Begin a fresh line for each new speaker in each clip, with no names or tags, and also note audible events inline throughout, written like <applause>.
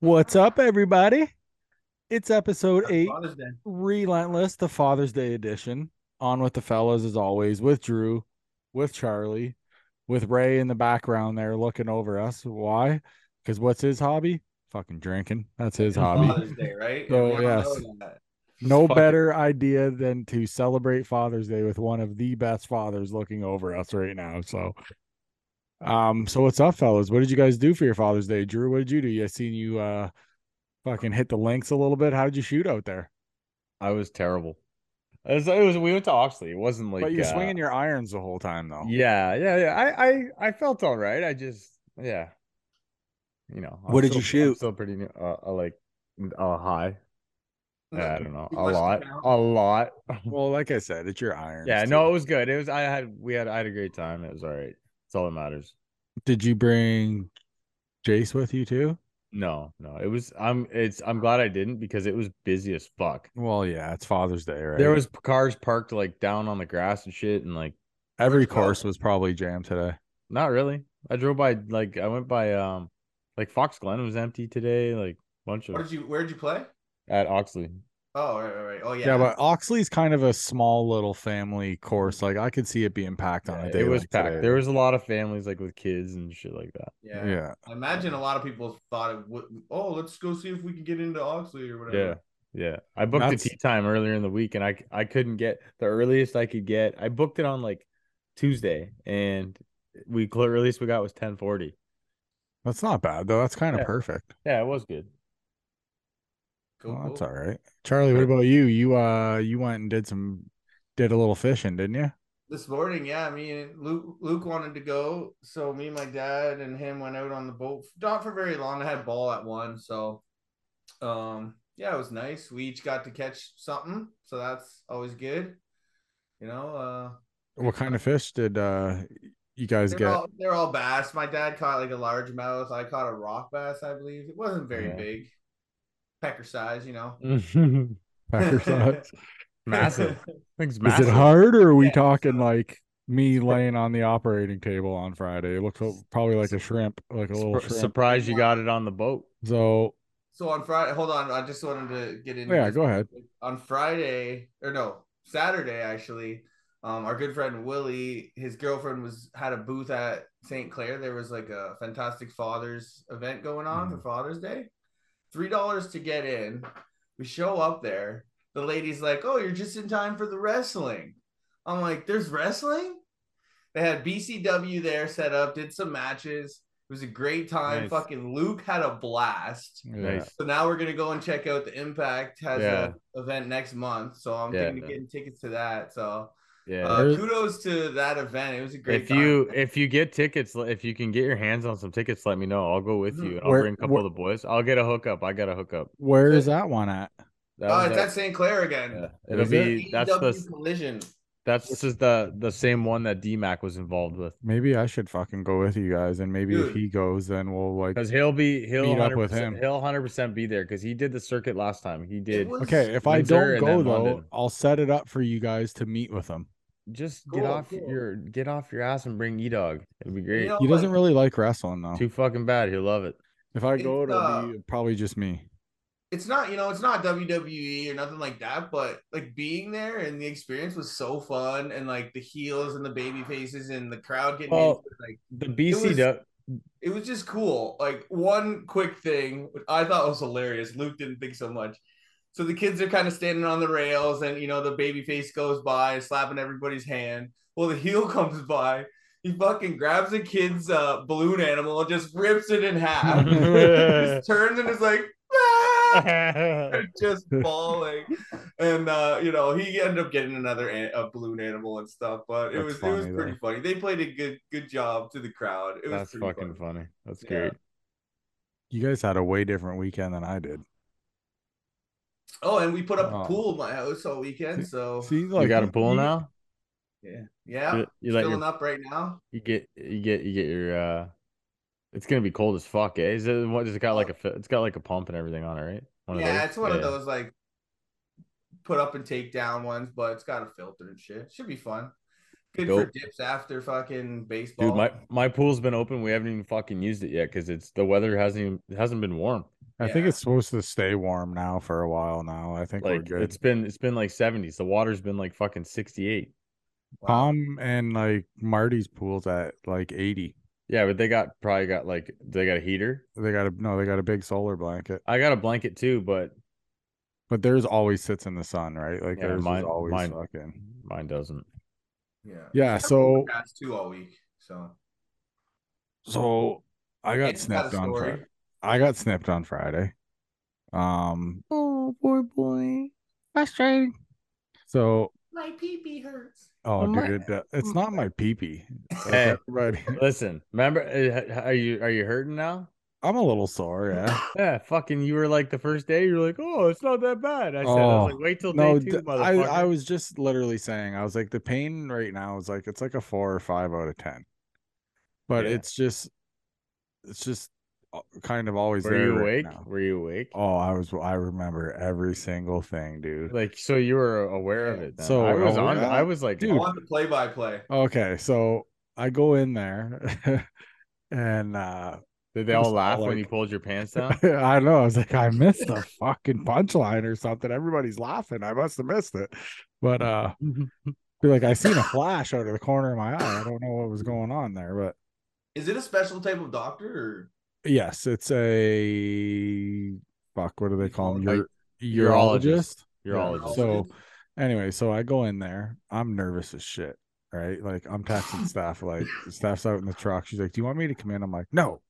What's up, everybody? It's episode
Happy
eight,
Father's Day.
Relentless, the Father's Day edition. On with the fellas, as always, with Drew, with Charlie, with Ray in the background there looking over us. Why? Because what's his hobby? Fucking drinking. That's his hobby.
Father's Day, right?
So,
Everyone
yes.
knows that.
No
Fuck it.
better idea than to celebrate Father's Day with one of the best fathers looking over us right now. So, um, so what's up, fellas? What did you guys do for your Father's Day, Drew? What did you do? I seen you, uh, fucking hit the links a little bit. How did you shoot out there?
I was terrible. It was, it was- we went to Oxley. It wasn't like
but you're
uh,
swinging your irons the whole time, though.
Yeah, yeah, yeah. I, I, I felt all right. I just, yeah. You know, I'm
What did you
still- I'm
shoot?
still pretty new. Uh, uh, like uh, high. Uh, I don't know.
You
A
must
lot.
count.
A lot.
Well, like I said, it's your irons.
yeah.
too.
No, it was good. It was. I had. We had. I had a great time. It was all right. It's all that matters.
Did you bring Jace with you too?
No, no. It was. I'm. It's. I'm glad I didn't because it was busy as fuck.
Well, yeah, it's Father's Day, right?
There was cars parked like down on the grass and shit, and like.
every
There's twelve.
course was probably jammed today.
Not really. I drove by like I went by um like Fox Glen was empty today, like bunch
Where'd
of
you Where'd you play?
at Oxley.
Oh, right, right, right. Oh, yeah.
Yeah, but Oxley's kind of a small little family course. Like I could see it being packed on a day.
it was
like
packed.
today.
There was a lot of families like with kids and shit like that.
yeah.
yeah.
I imagine a lot of people thought it would. Oh, let's go see if we can get into Oxley or
Yeah.
whatever.
Yeah. I booked
That's-
a tea time earlier in the week and I c- I couldn't get the earliest I could get. I booked it on like Tuesday and we cl- earliest we got was 1040.
That's not bad though. That's kind of
Yeah.
perfect.
Yeah, it
<laughs>
was good.
Cool,
Well, that's
cool.
all right. Charlie, what about you? You uh you went and did some did a little fishing, didn't you?
This morning, yeah, me and Luke Luke wanted to go, so me and my dad and him went out on the boat. Not for very long. I had ball at one, so um, yeah, it was nice. We each got to catch something, so that's always good. You know, uh,
What kind of fish did uh you guys
They're
get? <laughs>
all, they're all bass. My dad caught like a largemouth. I caught a rock bass, I believe. It wasn't very
Yeah.
big, pecker size, you know.
Packer <laughs>
<laughs>
size?
massive. I think it's
Is
massive.
it hard or are we
Yeah,
talking
so-
like
<laughs>
me laying on the operating table on Friday? It looks o- probably like a shrimp, like a little
Surpri-
shrimp.
surprised you got it on the boat.
So
<laughs> So on Friday, hold on, I just wanted to get
Oh,
into
yeah,
this.
go ahead.
on Friday or no Saturday actually. Um, our good friend Willie, his girlfriend was had a booth at St. Clair. There was like a Fantastic Fathers event going on for Father's Day. Three dollars to get in. We show up there. The lady's like, "Oh, you're just in time for the wrestling." I'm like, "There's wrestling." They had BCW there set up, did some matches. It was a great time.
Nice.
Fucking Luke had a blast.
Yeah.
Nice.
So now we're gonna go and check out the Impact has
Yeah.
a event next month. So I'm
Yeah.
thinking of getting tickets to that. So
Yeah.
uh, kudos to that event. It was a great
if
time.
you if you get tickets le- if you can get your hands on some tickets let me know i'll go
Mm-hmm.
with you and i'll
Where-
bring a couple
where-
of the boys i'll get a hookup i got a hookup
Where
So-
is that one at?
oh,
that was
it's
at-
at St. Clair again.
yeah. it'll
Is
be that's
AEW
the
collision.
that's just the the same one that dmac was involved with
Maybe I should fucking go with you guys, and maybe if
Dude.
he goes, then we'll like.
because he'll be he'll
Meet up with
100%
him.
he'll 100% be there because he did the circuit last time he did
was-
Okay, if
Windsor
I
and
don't go
then
though,
London.
I'll set it up for you guys to meet with him.
just
Cool,
get off
cool.
your get off your ass and bring e-dog it'd be great
know-
He
Oh,
doesn't
like-
really like wrestling though.
too fucking bad he'll love it
If I
It's,
go, it'll
uh,
be probably just me.
It's not, you know, it's not WWE or nothing like that, but like being there and the experience was so fun and like the heels and the baby faces and the crowd getting
Well,
into it, like
the bc
<laughs> it was just cool. Like one quick thing which I thought was hilarious. Luke didn't think so much. So the kids are kind of standing on the rails, and you know the baby face goes by, slapping everybody's hand. Well, the heel <laughs> comes by. He fucking grabs the kid's uh, balloon animal and just rips it in half.
<laughs>
<laughs>
<laughs>
just turns and is like, "Ah!"
duck
just bawling. And uh, you know he ended up getting another an- a balloon animal and stuff. But it
That's
was it was
funny,
pretty
though.
funny. They played a good good job to the crowd. It was
that's
pretty
fucking
funny.
funny that's
Yeah.
great
You guys had a way different weekend than I did.
Oh, and we put up
Oh.
a pool at my house all weekend.
<laughs>
So
See,
you
like
got a
you-
pool
you-
now
yeah, yeah,
You- you let
filling
your-
up right now.
you get you get you get your uh it's gonna be cold as fuck eh? is it what does it got like a fi- it's got like a pump and everything on it right One of
yeah,
those?
it's one of
Yeah.
those like put up and take down ones, but it's got a filter and shit. Should be fun. Good for
Dope.
dips after fucking baseball.
dude my my pool's been open we haven't even fucking used it yet because it's the weather hasn't even it hasn't been warm
I think
Yeah.
it's supposed to stay warm now for a while now. I think we're
Like
good.
it's been it's been like 70s. The water's been like fucking 68.
Wow.
Tom and like Marty's pool's at like 80.
Yeah, but they got probably got like they got a heater.
They got a no, they got a big solar blanket.
I got a blanket too, but
But theirs always sits in the sun, right? Like
Yeah,
theirs
mine-
is always
mine-
fucking.
mine doesn't.
Yeah.
Yeah, so
That's two all week. So
so I got
It's got a
snipped on
story.
Friday. I got snipped on Friday. Um
Oh, poor boy.
frustrating. So
my pee pee hurts.
oh
Oh, my-
dude, it- it's not my pee pee.
Hey.
Everybody, <laughs>
Listen, remember uh, are you are you hurting now?
I'm a little sore, yeah.
Yeah, fucking you were like the first day you were like, "Oh, it's not that bad." I said I was
Oh,
like, "Wait till
no,
day 2,
d- I,
motherfucker."
I was just literally saying, I was like, the pain right now is like, it's like a four or five out of 10. But
Yeah.
it's just, it's just uh, kind of always
Were
there.
you
right
awake?
now.
Were you awake?
Oh, I was, I remember every single thing, dude.
Like so you were aware of
Yeah.
it. Then.
So,
I was
oh,
on
yeah.
I was like,
Dude.
I want the play by play.
Okay. So I go in there <laughs> and, uh, <laughs>
did they
I was
all laugh
all like-
when you pulled
<laughs>
your pants down?
I know. I was like, I missed a fucking punchline or something. Everybody's laughing. I must have missed it. But, uh, be like I seen a flash out of the corner of my eye. I don't know what was going on there, but
Is it a special type of doctor
yes, it's a fuck. What do they call them?
Like,
Your, urologist.
urologist.
Yeah,
or
Urologist.
So anyway, so I go in there. I'm nervous as shit. Right, like I'm
<laughs>
texting staff. Like staff's out in the truck. She's like, "Do you want me to come in?" I'm like, "No."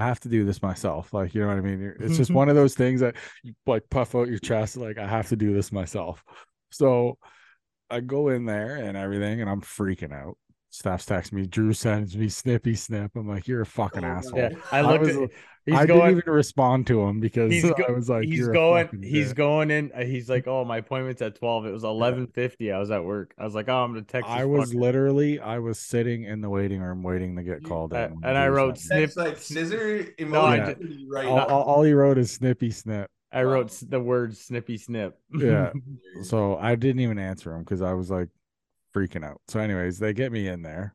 I have to do this myself. Like, you know what I mean? You're- It's just
<laughs>
one of those things that you like puff out your chest. Like, I have to do this myself. So I go in there and everything, and I'm freaking out. Staff's texting me. Drew sends me snippy snip. I'm like, you're a fucking
Oh, no.
asshole.
yeah, I
I
looked
was-
at he's
I
going
didn't even respond to him because
He's go-
<laughs> I was like,
he's
"You're a
going
fucking
he's
dick."
going in uh, he's like, "Oh, my appointment's at
<laughs>
12. It was 11:50. I was at work." I was like, "Oh, I'm going to text
I
this
was
fucker."
literally, I was sitting in the waiting room waiting to get
You-
called
I-
in. when
and I
Drew
wrote
sent
That's
Snip-
like scissor emoji
<laughs> No,
I
right
me. all, all, all he wrote is snippy snip.
I wrote s- the word snippy snip.
uh Yeah. So I didn't even answer him because I was like freaking out. So, anyways, they get me in there.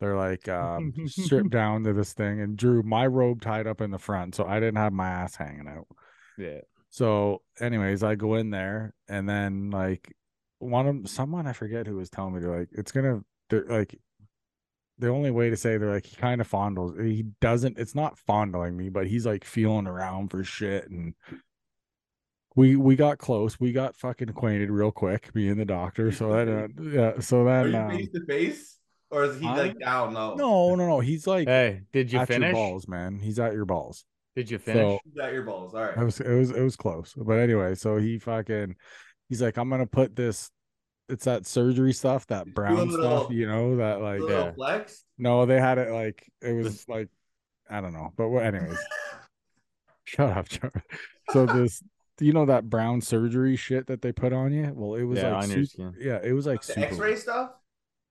They're like um,
<laughs>
stripped down to this thing, and Drew, my robe tied up in the front, so I didn't have my ass hanging out.
<laughs> yeah.
So, anyways, I go in there, and then like one of 'em- someone I forget who was telling me they're like, it's gonna they're like the only way to say they're like he kind of fondles he doesn't it's not fondling me, but he's like feeling around for shit and we we got close, we got fucking acquainted real quick, me and the doctor. So then uh,
<laughs>
yeah, so
Oh,
Are
then
you
um,
face to face? Or is he
I-
like down low?
no no no he's like
Hey, did you
at your
finish?
balls, man. He's at your balls.
Did you
So-
finish?
He's at your balls. All right.
It was it was it was close. But anyway, so he fucking he's like, I'm gonna put this it's that surgery stuff, that
Do a
brown stuff,
little-
you know, that like
Little
yeah.
flex.
no, they had it like it was
This-
like I don't know, but what
<laughs>
anyways. Shut up, Char. So this you know that brown surgery shit that they put on you? Well, it was
Yeah,
like
on your
sup-
skin.
yeah, it was like
The
super
X-ray stuff.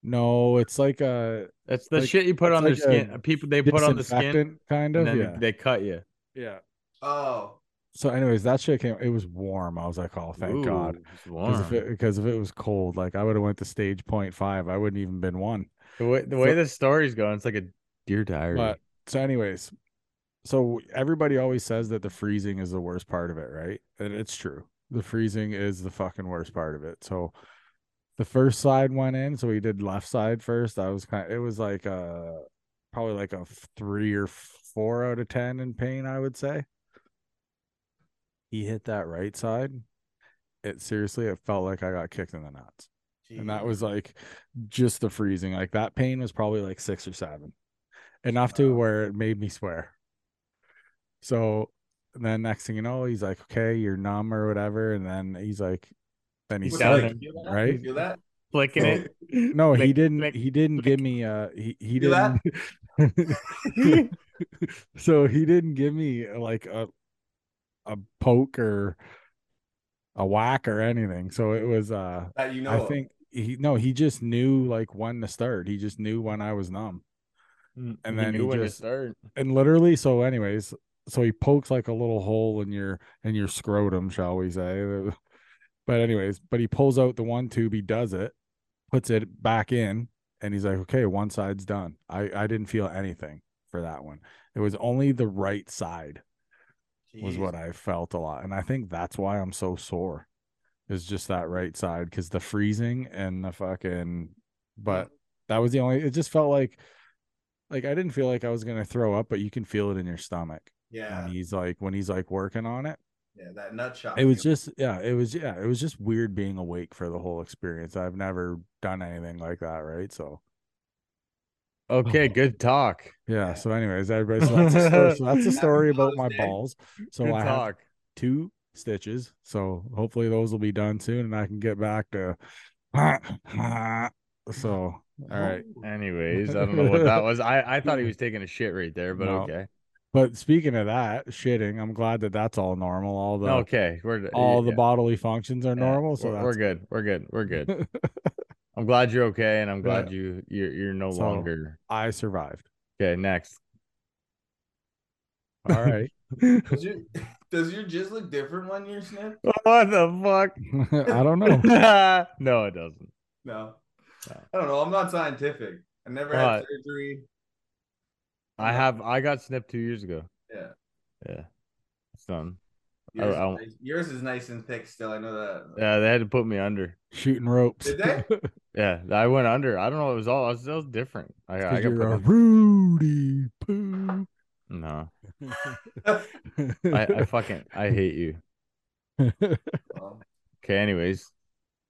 No, it's like a
That's the
like-
shit you put
it's
on
like
their
a
skin. People they put on the skin
disinfectant kind
and
of.
then
Yeah.
they cut you.
yeah.
Oh,
So anyways, that shit came it was warm. I was like, Oh, thank God.
Ooh,
Because
it's
if,
warm.
it- 'cause if it was cold, like I would have went to stage point five. I wouldn't even been one.
The way, the
So-
way this story's going, it's like a deer diary.
But so, anyways, so everybody always says that the freezing is the worst part of it, right? And it's true. The freezing is the fucking worst part of it. So the first side went in, so we did left side first. I was kind. It was like a probably like a three or four out of ten in pain. I would say. He hit that right side. It seriously, it felt like I got kicked in the nuts. and that
geez.
was like just the freezing like that pain was probably like six or seven enough to
Wow.
where it made me swear so then next thing you know he's like okay you're numb or whatever and then he's like then he
He's
Was
said
it
down
like,
there,
feel that?
right?
Feel that?
flicking it. Mm,
no he
Click,
didn't
click,
he didn't
click.
give me uh he, he
Do
didn't
that?
<laughs> so he didn't give me uh, like a a poke or a whack or anything so it was uh
<laughs> That you know.
I
of.
think he no, he just knew like when to start. He just knew when I was numb.
You
then
knew
he
when to
just-
start.
And literally, so anyways, so he pokes like a little hole in your in your scrotum, shall we say. <laughs> But anyways, but he pulls out the one tube, he does it, puts it back in, and he's like, Okay, one side's done. I, I didn't feel anything for that one. It was only the right side. was
Jeez.
what I felt a lot. And I think that's why I'm so sore is just that right side because the freezing and the fucking, but that was the only, it just felt like, like I didn't feel like I was going to throw up, but you can feel it in your stomach.
Yeah.
And he's like, when he's like working on it,
Yeah. That nut shot.
it was
feeling.
just, yeah, it was, yeah, it was just weird being awake for the whole experience. I've never done anything like that. Right. So,
Okay,
<sighs>
good talk.
yeah.
Yeah.
So, anyways, everybody, so that's a
<laughs>
story, so that's a story about my
Tuesday.
balls. So,
good
I have
talk.
two stitches. So hopefully those will be done soon and I can get back to <laughs> so all right.
Anyways, I don't know
<laughs>
what that was. I I thought he was taking a shit right there, but
No.
okay.
But speaking of that, shitting, I'm glad that that's all normal. All the
okay, we're
all
yeah,
the bodily functions are
yeah,
normal, so
we're,
that's
we're good. We're good.
<laughs>
We're good. I'm glad you're okay, and I'm glad you you're you're no
So-
longer
I survived. <laughs>
<laughs> okay. Next,
All right.
Does your, <laughs> does your jizz look different when you're sniffed?
Oh.
what the fuck?
I don't know. Oh.
<laughs> no, it doesn't.
No.
No.
I don't know. I'm not scientific. I never had
But-
surgery.
I have I got snipped two years ago.
Yeah.
Yeah, it's done. I-
Yours,
I
is
don't-
nice- yours is nice and thick still. I know that.
Yeah, they had to put me under.
Shooting ropes.
Did they?
<laughs>
Yeah, I went under. I don't know. It was all. It was, it was different. I, I
'Cause
got put
you're a <laughs>
under.
Rudy Poo.
No, I,
<laughs>
I fucking I hate you.
Well,
<laughs>
Okay, anyways.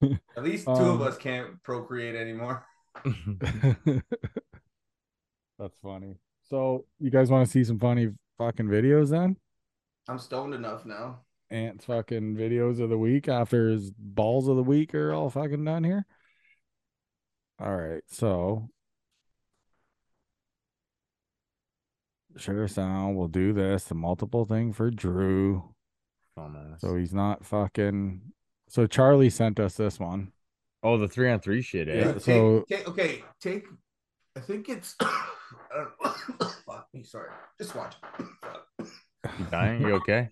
at least two
Um,
of us can't procreate anymore. <laughs>
Oh,
That's funny. So you guys want to see some funny fucking videos then?
I'm stoned enough now.
Ant's fucking videos of the week after his balls of the week are all fucking done here. All right, so sure sound will do this the multiple thing for Drew,
oh, man, that's-
so he's not fucking. So Charlie sent us this one.
oh, the three on three shit. Eh?
Yeah,
Take-
so-
take- okay, take. I think it's. <coughs> I don't know. <coughs> Fuck me, sorry. Just watch.
You dying? You okay?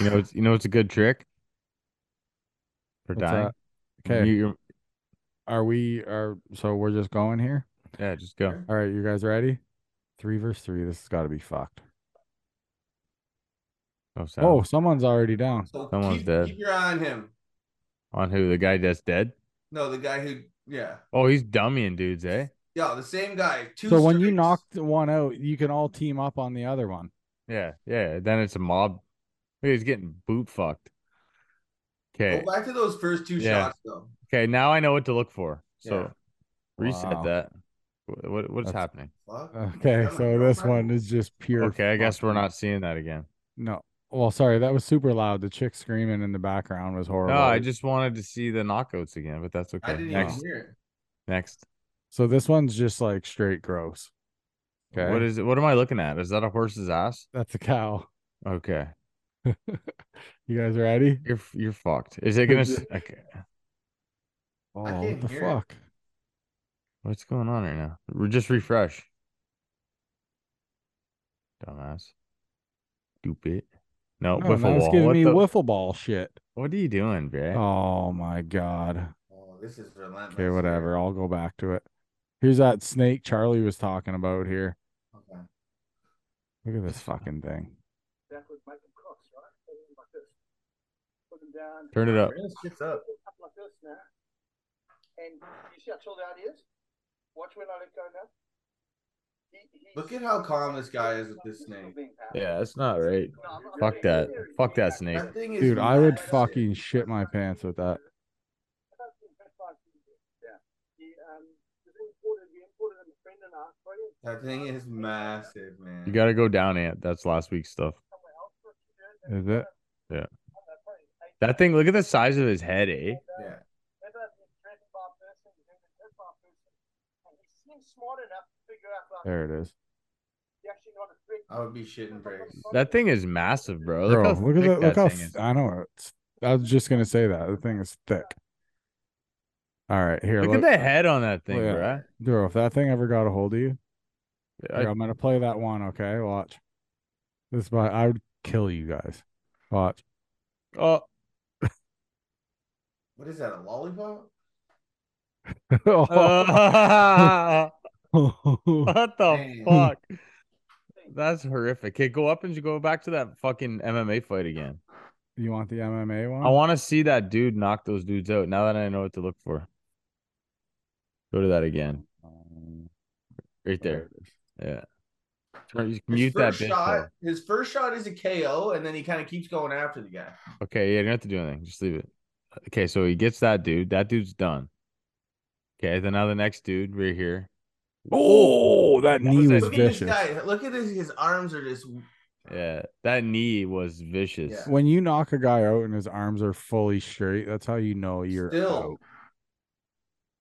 You know, it's, you know, it's a good trick for
What's
dying.
that? Okay,
You, are
are we are so we're just going here?
yeah, just go.
All right, you guys ready? Three verse three. This has got to be fucked.
No sound.
Oh, someone's already down.
So
Someone's
keep,
dead.
Keep your eye on him.
on who? The guy that's dead?
No, the guy who. Yeah.
Oh, he's dummying dudes, eh?
Yeah, the same guy. Two
So when you
strikes.
knocked one out, you can all team up on the other one.
Yeah, yeah. Then it's a mob. Look, He's getting boot fucked.
Go
Okay,
back to those first two
Yeah.
shots, though.
okay. Now I know what to look for. So
Yeah.
reset
Wow.
that. What, what what's
That's-
happening?
Fuck.
Okay,
Come
so
on,
this
come on.
one is just pure.
Okay, I guess we're
fucking-
not seeing that again.
No, well, sorry, that was super loud. The chick screaming in the background was horrible.
No, I just wanted to see the knockouts again, but that's
I
okay.
didn't
Next,
even hear it.
next.
So this one's just like straight gross. Okay,
What is it? What am I looking at? Is that a horse's ass?
that's a cow.
Okay,
You guys ready?
you're f- you're fucked. Is it gonna?
Is
<laughs>
s- Okay,
Oh, what
can't
the
hear it.
fuck?
what's going on right now? We're just refresh. Dumbass. Stupid. No,
No,
wiffle
now it's
wall.
giving
What
me
the-
wiffle ball shit.
What are you doing, bro?
Oh my god.
Oh, this is relentless.
Okay, whatever. I'll go back to it. Here's that snake Charlie was talking about here.
Okay.
Look at this fucking thing.
That was Michael Cross, right? Put him like this. Put him down.
Turn it up.
Turn this shit up.
Up like this now. And you see how chilled out he is? Watch when I let go now. He, he's-
Look at how calm this guy is with this snake.
Yeah, that's not right.
No, I'm- I'm
Fuck
not-
that. Fuck that snake.
That thing is
Dude, I would
massive.
fucking shit my pants with that.
I don't think that's like he did. Yeah. He, um, he imported, we imported him, a friend and I, Australian,
That thing is massive, man.
You gotta go down, Ant. That's last week's stuff.
somewhere else for a few years. and
Is it?
I don't know, probably eight-
That thing. Look at the size of his head, eh?
Yeah.
ended up being threatened by a person, and then threatened by a person. And he seems smart enough to figure out, like,
There it is.
he actually not a threat.
I would be shitting bricks.
That thing is massive, bro.
Bro,
Look
look,
how
at
thick
that. Look how
thing
th-
is.
I know it's. I was just gonna say that the thing is thick. All right, here.
Look,
Look,
at the head on that thing,
yeah.
bro.
bro. If that thing ever got a hold of you,
I-
here, I'm gonna play that one. Okay, watch. This, but I would kill you guys.
<laughs>
Watch. <laughs>
oh,
What is that, a lollipop?
oh,
what
<laughs>
the <laughs>
Damn.
fuck?
me.
That's horrific. Okay, go up and you go back to that fucking MMA fight again.
You want the MMA one?
I want to see that dude knock those dudes out. Now that I know what to look for, go to that again.
Um,
Right there. Yeah. Turn- you
His
mute that
first
bitch.
shot.
though.
His first shot is a KO, and then he kind of keeps going after the guy.
Okay. Yeah. You don't have to do anything. Just leave it. Okay. So he gets that dude. That dude's done. Okay. Then now the next dude right here.
Oh, that
That
knee
was a-
was
Look
vicious.
at this guy. Look at this. His arms are just.
Yeah. That knee was vicious.
Yeah.
When you knock a guy out and his arms are fully straight, that's how you know you're
Still.
out.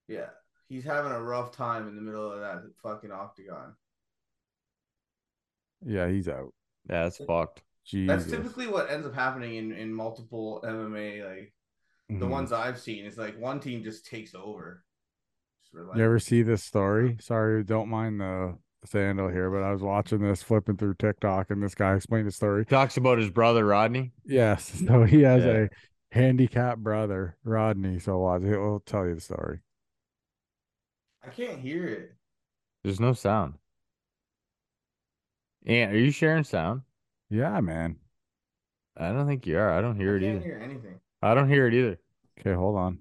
Yeah, he's having a rough time in the middle of that fucking octagon.
Yeah, he's out.
Yeah, that's fucked.
Jesus.
That's typically what ends up happening in in multiple MMA. Like the
Mhm.
ones I've seen, it's like one team just takes over. Just relax.
You ever see this story? Sorry, don't mind the sandal here, but I was watching this flipping through TikTok and this guy explained the story. <laughs>
Talks about his brother Rodney.
Yes. So he has
Yeah.
a handicapped brother, Rodney. So watch it. will tell you the story.
I can't hear it.
There's no sound. And are you sharing sound?
Yeah, man.
I don't think you are. I don't hear
I
it
can't
either.
hear anything.
I don't hear it either.
Okay, hold on.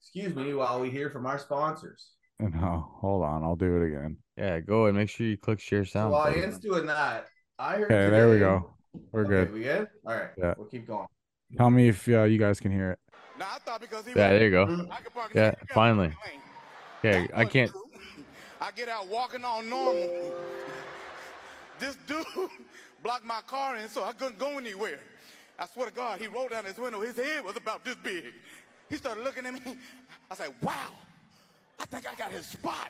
Excuse me while we hear from our sponsors.
<laughs> No, oh, hold on. I'll do it again.
Yeah, go and make sure you click share
So
sound.
while
buddy.
Ian's doing that, I heard.
Okay, there we
today-
go. We're
Okay,
good.
We good? All right.
Yeah.
We'll
<laughs>
keep going. <laughs>
Tell me if uh, you guys can hear it.
Nah, I thought because he
yeah,
was-
there you go.
Mm,
I could park
Yeah,
his pickup
finally.
in the lane.
Yeah,
That
I
wasn't <laughs>
can't.
true. I get out walking on normal. This dude <laughs> blocked my car in, so I couldn't go anywhere. I swear to God, he rolled down his window. His head was about this big. He started looking at me. I said, "Wow, I think I got his spot."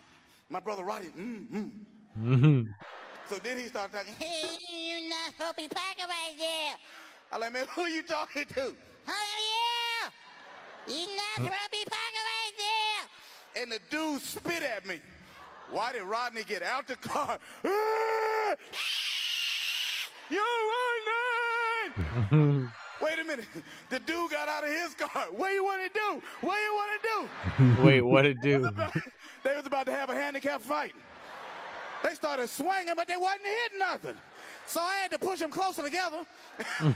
My brother Roddy. Mm-hmm. So then he started talking.
Hey, you're not supposed to be parking right there.
I like, man, who you talking to?
Hurry up! You're not supposed to be parking right there.
and the dude spit at me. Why did Rodney get out the car? <laughs> Ah! You Rodney! Wait a minute. The dude got out of his car. What you want to do? What you want
Wait, what it do? <laughs>
to do? <laughs> they was about to have a handicap fight. They started swinging, but they wasn't hitting nothing. So I had to push them closer together. I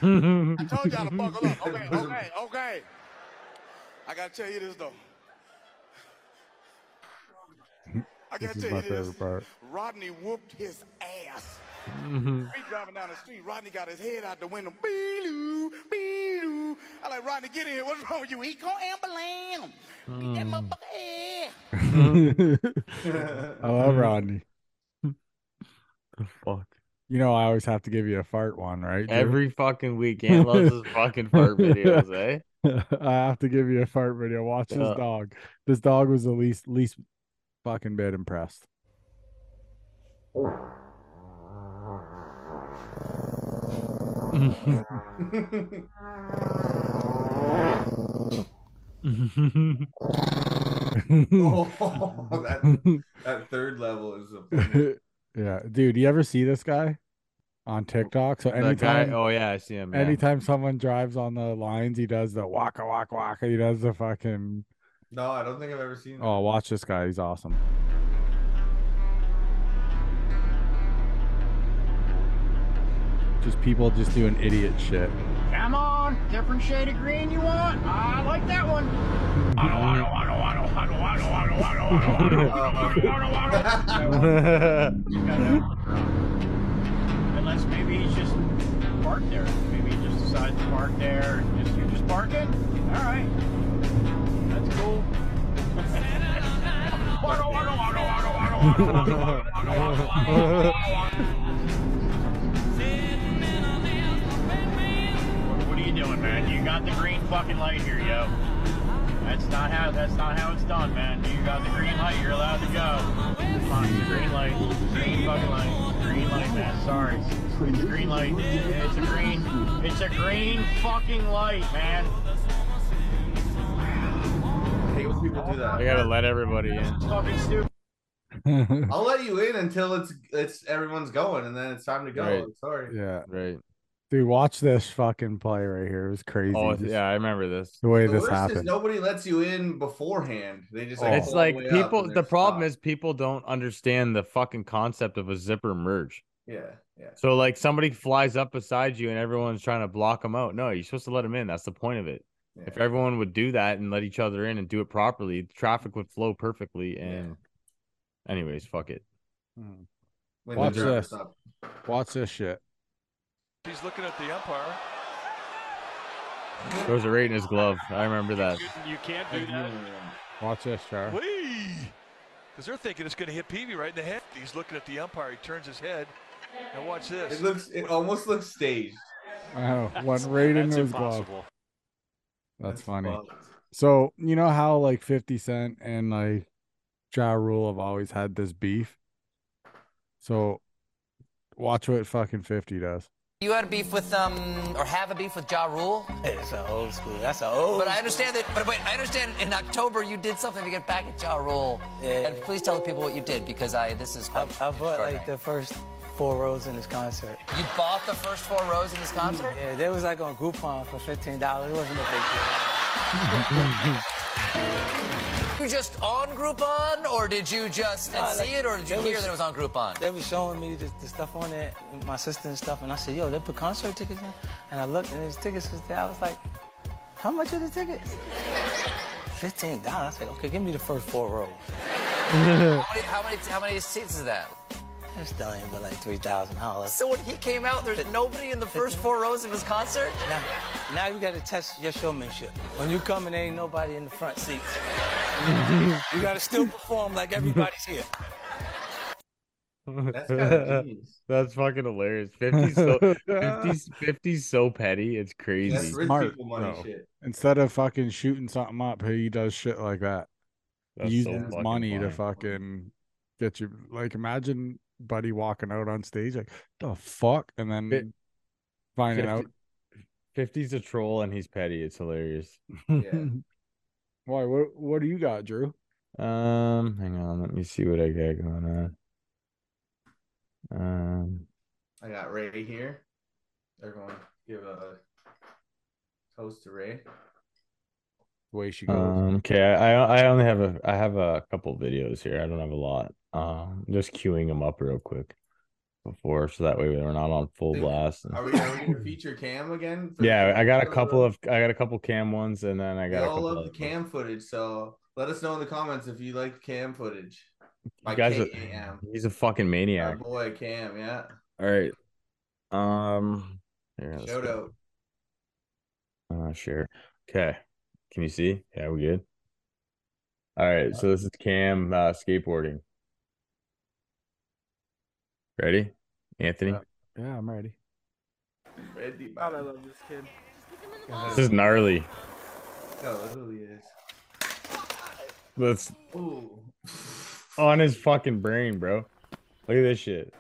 told y'all to buckle up.
<laughs>
Okay, okay, okay. I gotta tell you this though. I
This
gotta
is
tell
my
you this.
favorite part.
Rodney whooped his ass. We driving down the street. Rodney got his head out the window. Beeloo, beeloo. I like Rodney, get in here. What's wrong with you? He called ambulance. Beat that motherfucker ass.
I love Rodney.
Fuck.
You know, I always have to give you a fart one, right? Drew?
Every fucking weekend loves his fucking fart videos, eh?
<laughs> I have to give you a fart video. Watch
Yeah.
this dog. This dog was the least least fucking bit impressed. <laughs>
oh, that, that third level is
<laughs>
a
yeah, dude, you ever see this guy on TikTok? So
that guy.
anytime
Oh yeah, I see him. Yeah.
anytime someone drives on the lines, he does the waka waka waka. He does the fucking
no. I don't think I've ever seen. that.
Oh, watch this guy. He's awesome. Just people just doing idiot
<laughs>
shit.
Come on, different shade of green you want? I like that one. Unless maybe he's just parked there. Maybe he just decided to park there. and Just you're just parking. All right, that's cool. What are you doing, man? You got the green fucking light here, yo. That's not how. That's not how it's done, man. You got the green light. You're allowed to go. Come on, it's a green light. Green fucking light. Green light, man. Sorry. It's a green light. It's a green. It's a green fucking light, man.
I hate when people do
<laughs> I
that.
gotta let everybody in.
<laughs> It's fucking stupid.
I'll let you in until it's it's everyone's going, and then it's time to go.
Right.
I'm sorry.
yeah.
Right.
Dude, watch this fucking play right here. It was crazy.
Oh it's-
just
yeah, I remember this.
The way
the
this
worst is
happened.
nobody lets you in beforehand. They just like,
Oh.
It's
pull
like
way up
people.
and
The
they're
problem
stopped.
is people don't understand the fucking concept of a zipper merge.
yeah, yeah.
So like somebody flies up beside you and everyone's trying to block them out. No, you're supposed to let them in. That's the point of it.
yeah.
If everyone would do that and let each other in and do it properly, traffic would flow perfectly. And, anyways, fuck it.
Mm.
When the
Watch
driver's
this.
up.
Watch this shit.
He's looking at the umpire.
There was a right in his glove. I remember that.
You can't do that.
Watch this, Char.
Because they're thinking it's going to hit Peavy right in the head. He's looking at the umpire. He turns his head. Now watch
It
this.
looks. It almost looks staged.
<laughs> Oh, went right into his glove. That's funny.
fucked.
So you know how like Fifty Cent and like Ja Rule have always had this beef. So watch what fucking Fifty does.
You had a beef with um or have a beef with Ja Rule?
It's an old school. That's an old.
But I understand that but wait, I understand in October you did something to get back at Ja Rule.
Yeah.
And please tell the people what you did because I this is
I,
quite
I bought like
extraordinary.
the first four rows in this concert.
You bought the first four rows in this concert?
Yeah, they was like on Groupon for fifteen dollars. It wasn't a big deal.
You just on Groupon or did you just
No, like,
see it or did you
there
hear
was-
that it was on Groupon?
They was showing me the, the stuff on it, my sister and stuff, and I said, "Yo, they put concert tickets in." And I looked, and these tickets was there. I was like, "How much are the tickets?" Fifteen dollars. I said, "Okay, give me the first four rows."
How many, how many how many seats is that?
It's still ain't but like three thousand dollars.
So when he came out, there's nobody in the first four rows of his concert?
Now, now you gotta test your showmanship. When you come and there ain't nobody in the front seats, you gotta still perform like everybody's here.
That's
<laughs>
kind
<laughs>
of genius.
That's fucking hilarious. 50's so 50's, 50's so petty. It's
That's
crazy.
rich
Smart,
people money
though. <laughs>
shit.
<laughs> Instead of fucking shooting something up, he does shit like that.
That's
Using
so
his
fucking
money to
funny.
fucking get you. Like imagine Buddy walking out on stage like the fuck, and then
Fif-
finding out.
50's a troll and he's petty. It's hilarious.
Yeah.
Why? What? What do you got, Drew?
<laughs> Um, hang on, let me see what I got going on. Um,
I got Ray here. Everyone give a toast to Ray.
The way she goes.
um, okay, I I I only have a I have a couple videos here. I don't have a lot. Um, just queuing them up real quick before, so that way we're not on full
Dude,
blast. and-
Are we, are
<laughs>
we gonna feature Cam again? for-
yeah, I got a couple of I got a couple cam ones, and then I
We
got a
all uh,
couple.
love the
other ones.
Cam footage, so let us know in the comments if you like Cam footage. By
You guys,
K-A-M.
are, he's a fucking
Our
maniac.
boy Cam, yeah.
All right. Um, here, let's
Shout
go.
out.
Uh, sure. Okay. Can you see? Yeah, we good. All right. So this is Cam uh, skateboarding. Ready, Anthony?
uh,
yeah, I'm ready. <laughs>
Randy
God, I
Bachman.
love this kid.
This is gnarly.
No, it really is.
That's
Ooh.
on his fucking brain, bro. Look at this shit.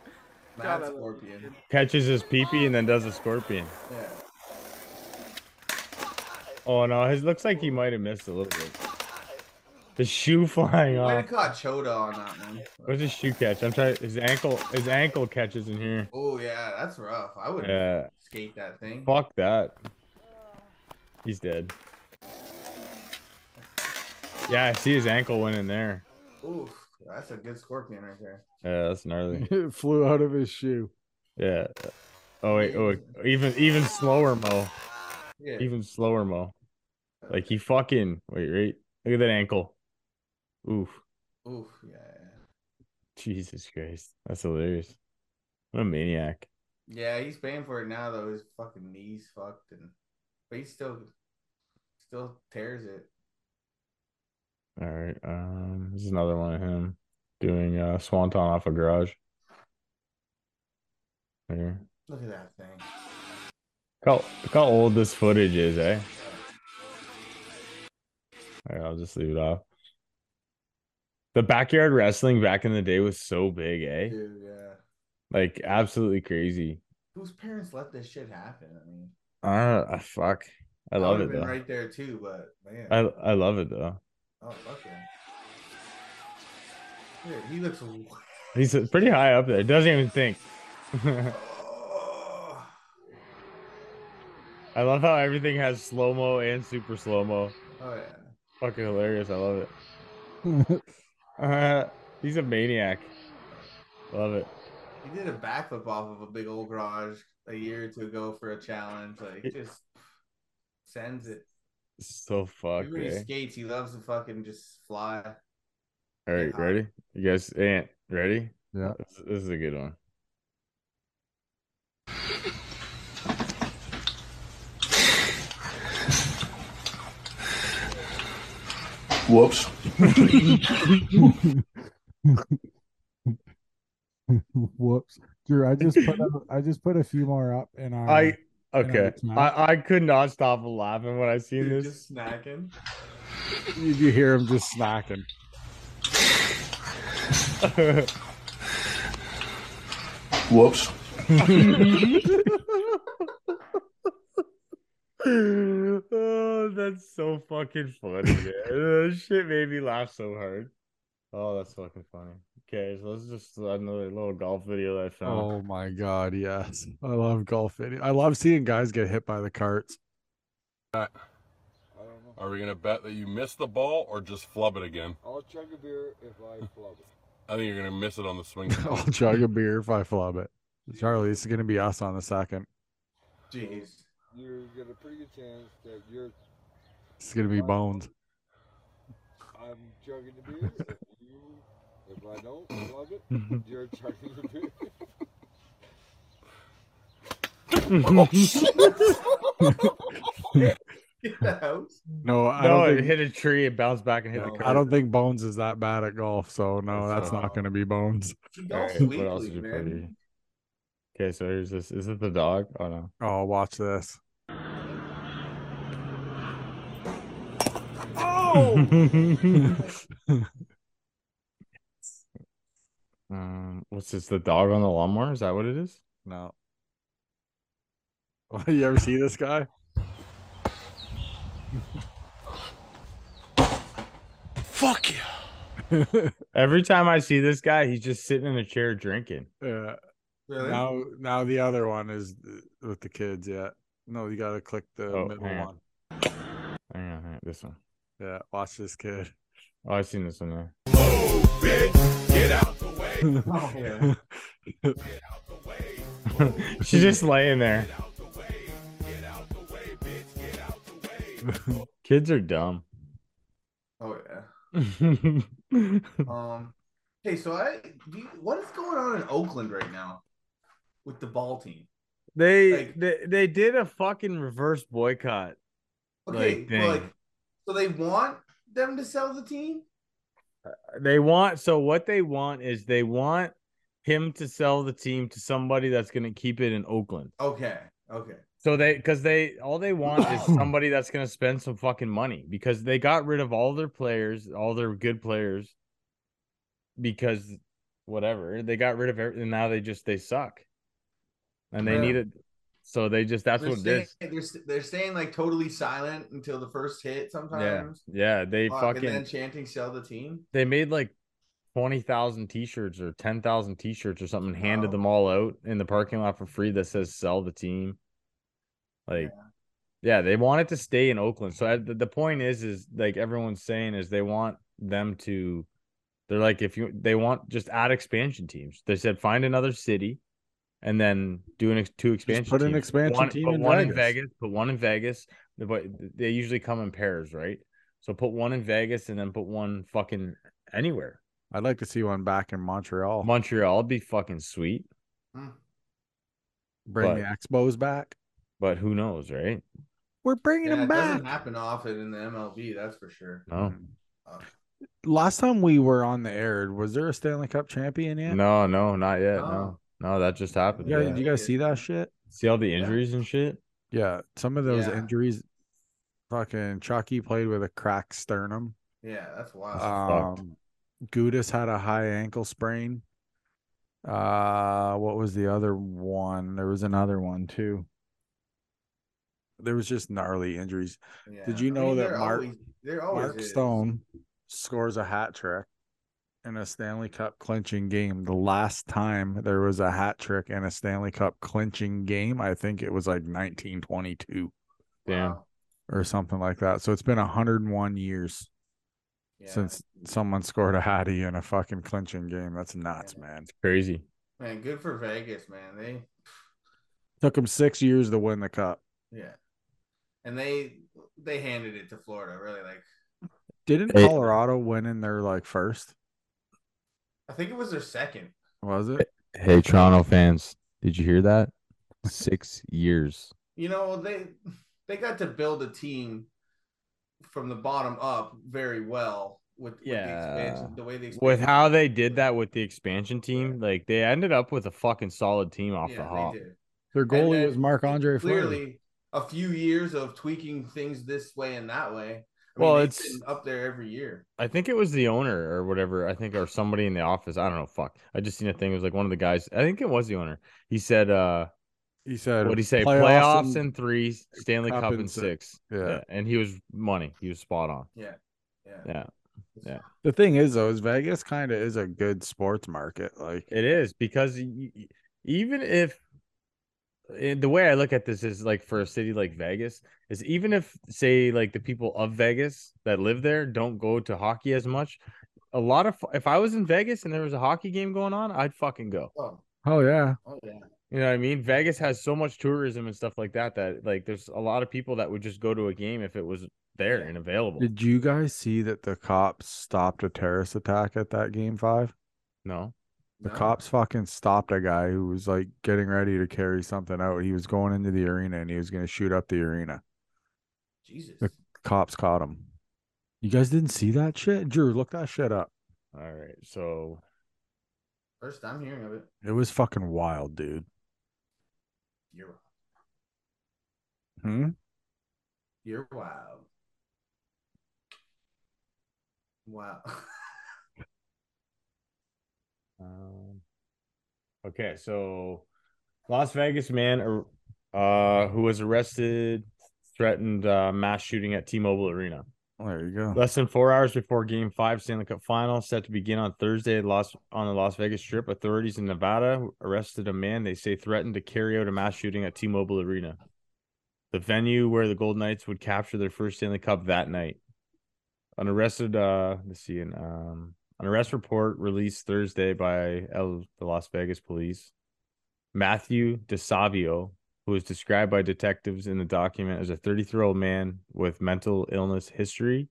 Mad Scorpion.
Catches his peepee and then does a scorpion.
Yeah.
Oh no, his looks like he might have missed a little bit. The shoe <laughs> flying
Might
off.
have caught Choda on that one.
Where's his shoe catch? I'm trying. His ankle. His ankle catches in here.
Oh yeah, that's rough. I would not
Yeah.
skate that thing.
Fuck that. He's dead. Yeah, I see his ankle went in there.
Ooh, that's a good scorpion right there.
Yeah, that's gnarly.
it flew out of his shoe.
Yeah. Oh wait, oh wait. even even slower mo.
Yeah.
Even slower mo. Like he fucking wait, right? Look at that ankle. Oof.
Oof, yeah.
Jesus Christ. That's hilarious. What a maniac.
Yeah, he's paying for it now though. His fucking knees fucked and but he still still tears it.
All right. Um this is another one of him doing uh swanton off a garage. There.
Look at that thing.
Look how, look how old this footage is, eh? All right, I'll just leave it off. The backyard wrestling back in the day was so big, eh?
Dude, yeah.
Like absolutely crazy.
Whose parents let this shit happen? I mean
I don't know. Fuck. I love
would've
it
been
though.
right there too, but man.
I I love it though.
oh fuck yeah. Dude, he looks
He's pretty high up there. Doesn't even think.
oh.
<laughs> I love how everything has slow mo and super slow mo.
Oh yeah.
Fucking hilarious. I love it.
<laughs>
Uh, <laughs> he's a maniac. Love it.
He did a backflip off of a big old garage a year or two ago for a challenge. Like just sends it.
So fucked.
Even when
eh?
he skates, he loves to fucking just fly.
All right, ready? You guys, Ant, ready?
Yeah.
This, this is a good one.
Whoops.
<laughs> Whoops, Drew. I just put up, I just put a few more up, and I
I okay. I, I could not stop laughing when I seen this.
Just snacking.
you, you hear him just snacking.
Whoops.
oh, that's so fucking funny. man. that shit made me laugh so hard. Oh, that's fucking funny. Okay, so let's just another little golf video that I found.
<laughs> Oh my god, yes. I love golf video. I love seeing guys get hit by the carts.
Are we going to bet that you miss the ball or just flub it again?
I'll chug a beer if I flub it.
I think you're going to miss it on the swing.
<laughs> I'll chug a beer if I flub it. Charlie, this is gonna be us on the second.
Jeez. <laughs>
<laughs>
You get a pretty good chance that you're.
It's gonna be bones.
I'm chugging the beer. if, you, if I don't flub it, you're chugging the beer.
No, I
no,
don't
it
think-
hit a tree, it bounced back and hit uh, the car.
I don't think Bones is that bad at golf, so no, that's not gonna be Bones.
golfs
Alright, what else
weekly,
did you
man.
play? Okay, so here's this. Is it the dog? Oh no.
Oh, watch this.
Oh! um, what's this? The dog on the lawnmower? Is that what it is?
No. <laughs> you ever see this guy?
Fuck you. Every time I see this guy, he's just sitting in a chair drinking.
Yeah.
Really?
Now, now the other one is th- with the kids. Yeah. No, you gotta click the
Oh,
middle
hang on.
one.
Hang on, hang on, this one.
Yeah. Watch this kid.
Oh, I've seen this one there.
Get out the way.
Oh, She's just laying there. <laughs> Kids are dumb.
Oh yeah.
Dude,
Um. Hey, so I do you- what is going on in Oakland right now with the ball team?
<laughs> They they, they did a fucking reverse boycott.
Okay,
like,
but,
thing.
like so they want them to sell the team.
they want so what they want is they want him to sell the team to somebody that's going to keep it in Oakland.
Okay, okay.
So they because they all they
<laughs>
want is somebody that's going to spend some fucking money because they got rid of all their players, all their good players because whatever. They got rid of everything and now they just they suck. And they
Yeah.
need it so they just that's
They're
what it
staying,
is.
They're, st- they're staying like totally silent until the first hit
Yeah.
sometimes.
Yeah, they
Fuck,
fucking
and then chanting sell the team.
they made like 20,000 t-shirts or 10,000 t-shirts or something handed them all out in the parking lot for free that says sell the team like yeah, they want it to stay in Oakland so I, the the point is is like everyone's saying is they want them to they're like if you they want just add expansion teams they said find another city and then do an ex, two expansion
put an
teams.
expansion
one,
team
put
in
one in
Vegas.
Vegas put one in Vegas but they usually come in pairs right so put one in Vegas and then put one fucking anywhere
<laughs> I'd like to see one back in Montreal.
Montreal would be fucking sweet,
Bring
but-
the Expos back.
but who knows, right?
We're bringing
Yeah,
them
it
back.
doesn't happen often in the MLB, that's for sure.
No,
Last time we were on the air, was there a Stanley Cup champion yet?
no, no, not yet.
No.
No, no, that just happened.
Yeah,
Yeah,
did you guys see that shit?
See all the injuries and shit.
Yeah, some of those
Yeah.
injuries. Fucking Chucky played with a cracked sternum.
Yeah, that's wild.
fucked.
Um, Gudis had a high ankle sprain. Uh, what was the other one? There was another one too. There was just gnarly injuries. Did
Yeah.
you
I
know
mean,
that
there
Mark
always- there always
Mark
is.
Stone scores a hat trick in a Stanley Cup clinching game? The last time there was a hat trick in a Stanley Cup clinching game, I think it was like 1922.
Damn.
or something like that. So it's been 101 years since someone scored a hottie in a fucking clinching game. That's nuts, man. It's
crazy.
Man, good for Vegas, man. They
Took them six years to win the cup.
yeah, and they they handed it to Florida. Really, like
Didn't
Hey.
Colorado win in their like first?
I think it was their second.
Was it?
Hey, Toronto fans, did you hear that? Six years.
You know they they got to build a team from the bottom up very well with, with the expansion, the way they
With how they did that with the expansion team, like they ended up with a fucking solid team off
Yeah,
the
they
hop.
did.
Their goalie was Marc Andre Fleury.
clearly a few years of tweaking things this way and that way. I
Well,
they've
it's-
been up there every year.
I think it was the owner or whatever. I think or somebody in the office. I don't know. Fuck. I just seen a thing. It was like one of the guys. I think it was the owner. He said, uh
He said,
what he say?
"Playoffs
Playoffs,
and
in three, Stanley Cup, in six.
Yeah.
and he was money. He was spot on.
Yeah, yeah,
yeah, yeah.
The thing is, though, is Vegas kind of is a good sports market. Like
It is because y- y- even if eh, the way I look at this is like for a city like Vegas is even if say like the people of Vegas that live there don't go to hockey as much, a lot of if I was in Vegas and there was a hockey game going on, I'd fucking go.
Oh,
oh yeah,
oh yeah.
You know what I mean? Vegas has so much tourism and stuff like that that like there's a lot of people that would just go to a game if it was there and available.
Did you guys see that the cops stopped a terrorist attack at that game five?
No.
The
No.
cops fucking stopped a guy who was like getting ready to carry something out. He was going into the arena and he was going to shoot up the arena.
Jesus.
The cops caught him. You guys didn't see that shit? Drew, look that shit up.
All right, so
First I'm hearing of it.
It was fucking wild, dude.
You're
Hmm?
you're wild. Wow. <laughs>
Um, okay, so Las Vegas man, ar- uh, who was arrested, threatened uh, mass shooting at T-Mobile Arena.
There you go.
Less than four hours before Game Five Stanley Cup Final, set to begin on Thursday, at Las on the Las Vegas Strip, authorities in Nevada arrested a man they say threatened to carry out a mass shooting at T-Mobile Arena, the venue where the Golden Knights would capture their first Stanley Cup that night. An arrested, uh, let's see, an um, an arrest report released Thursday by L- the Las Vegas police. Matthew DeSavio, who is described by detectives in the document as a 33 year old man with mental illness history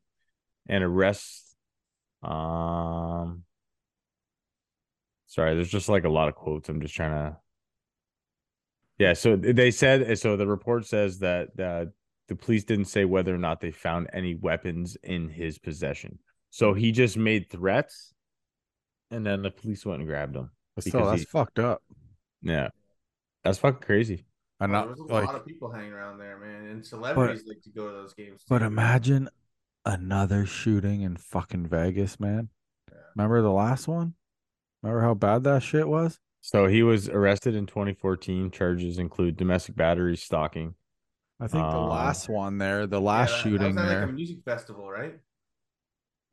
and arrests. Um, sorry, there's just like a lot of quotes. I'm just trying to. Yeah, so they said, eh, so the report says that uh, the police didn't say whether or not they found any weapons in his possession. So he just made threats and then the police went and grabbed him.
But
because
still, that's
he-
fucked up.
yeah. That's fucking crazy.
And
There
not
was a
like,
lot of people hanging around there, man, and celebrities like to go to those games.
but
too.
imagine another shooting in fucking Vegas, man. Remember the last one? Remember how bad that shit was?
So he was arrested in 2014. Charges include domestic battery, stalking.
I think the
Um,
last one there, the
Yeah,
last
that- that was
shooting
at,
there.
Like a music festival, right?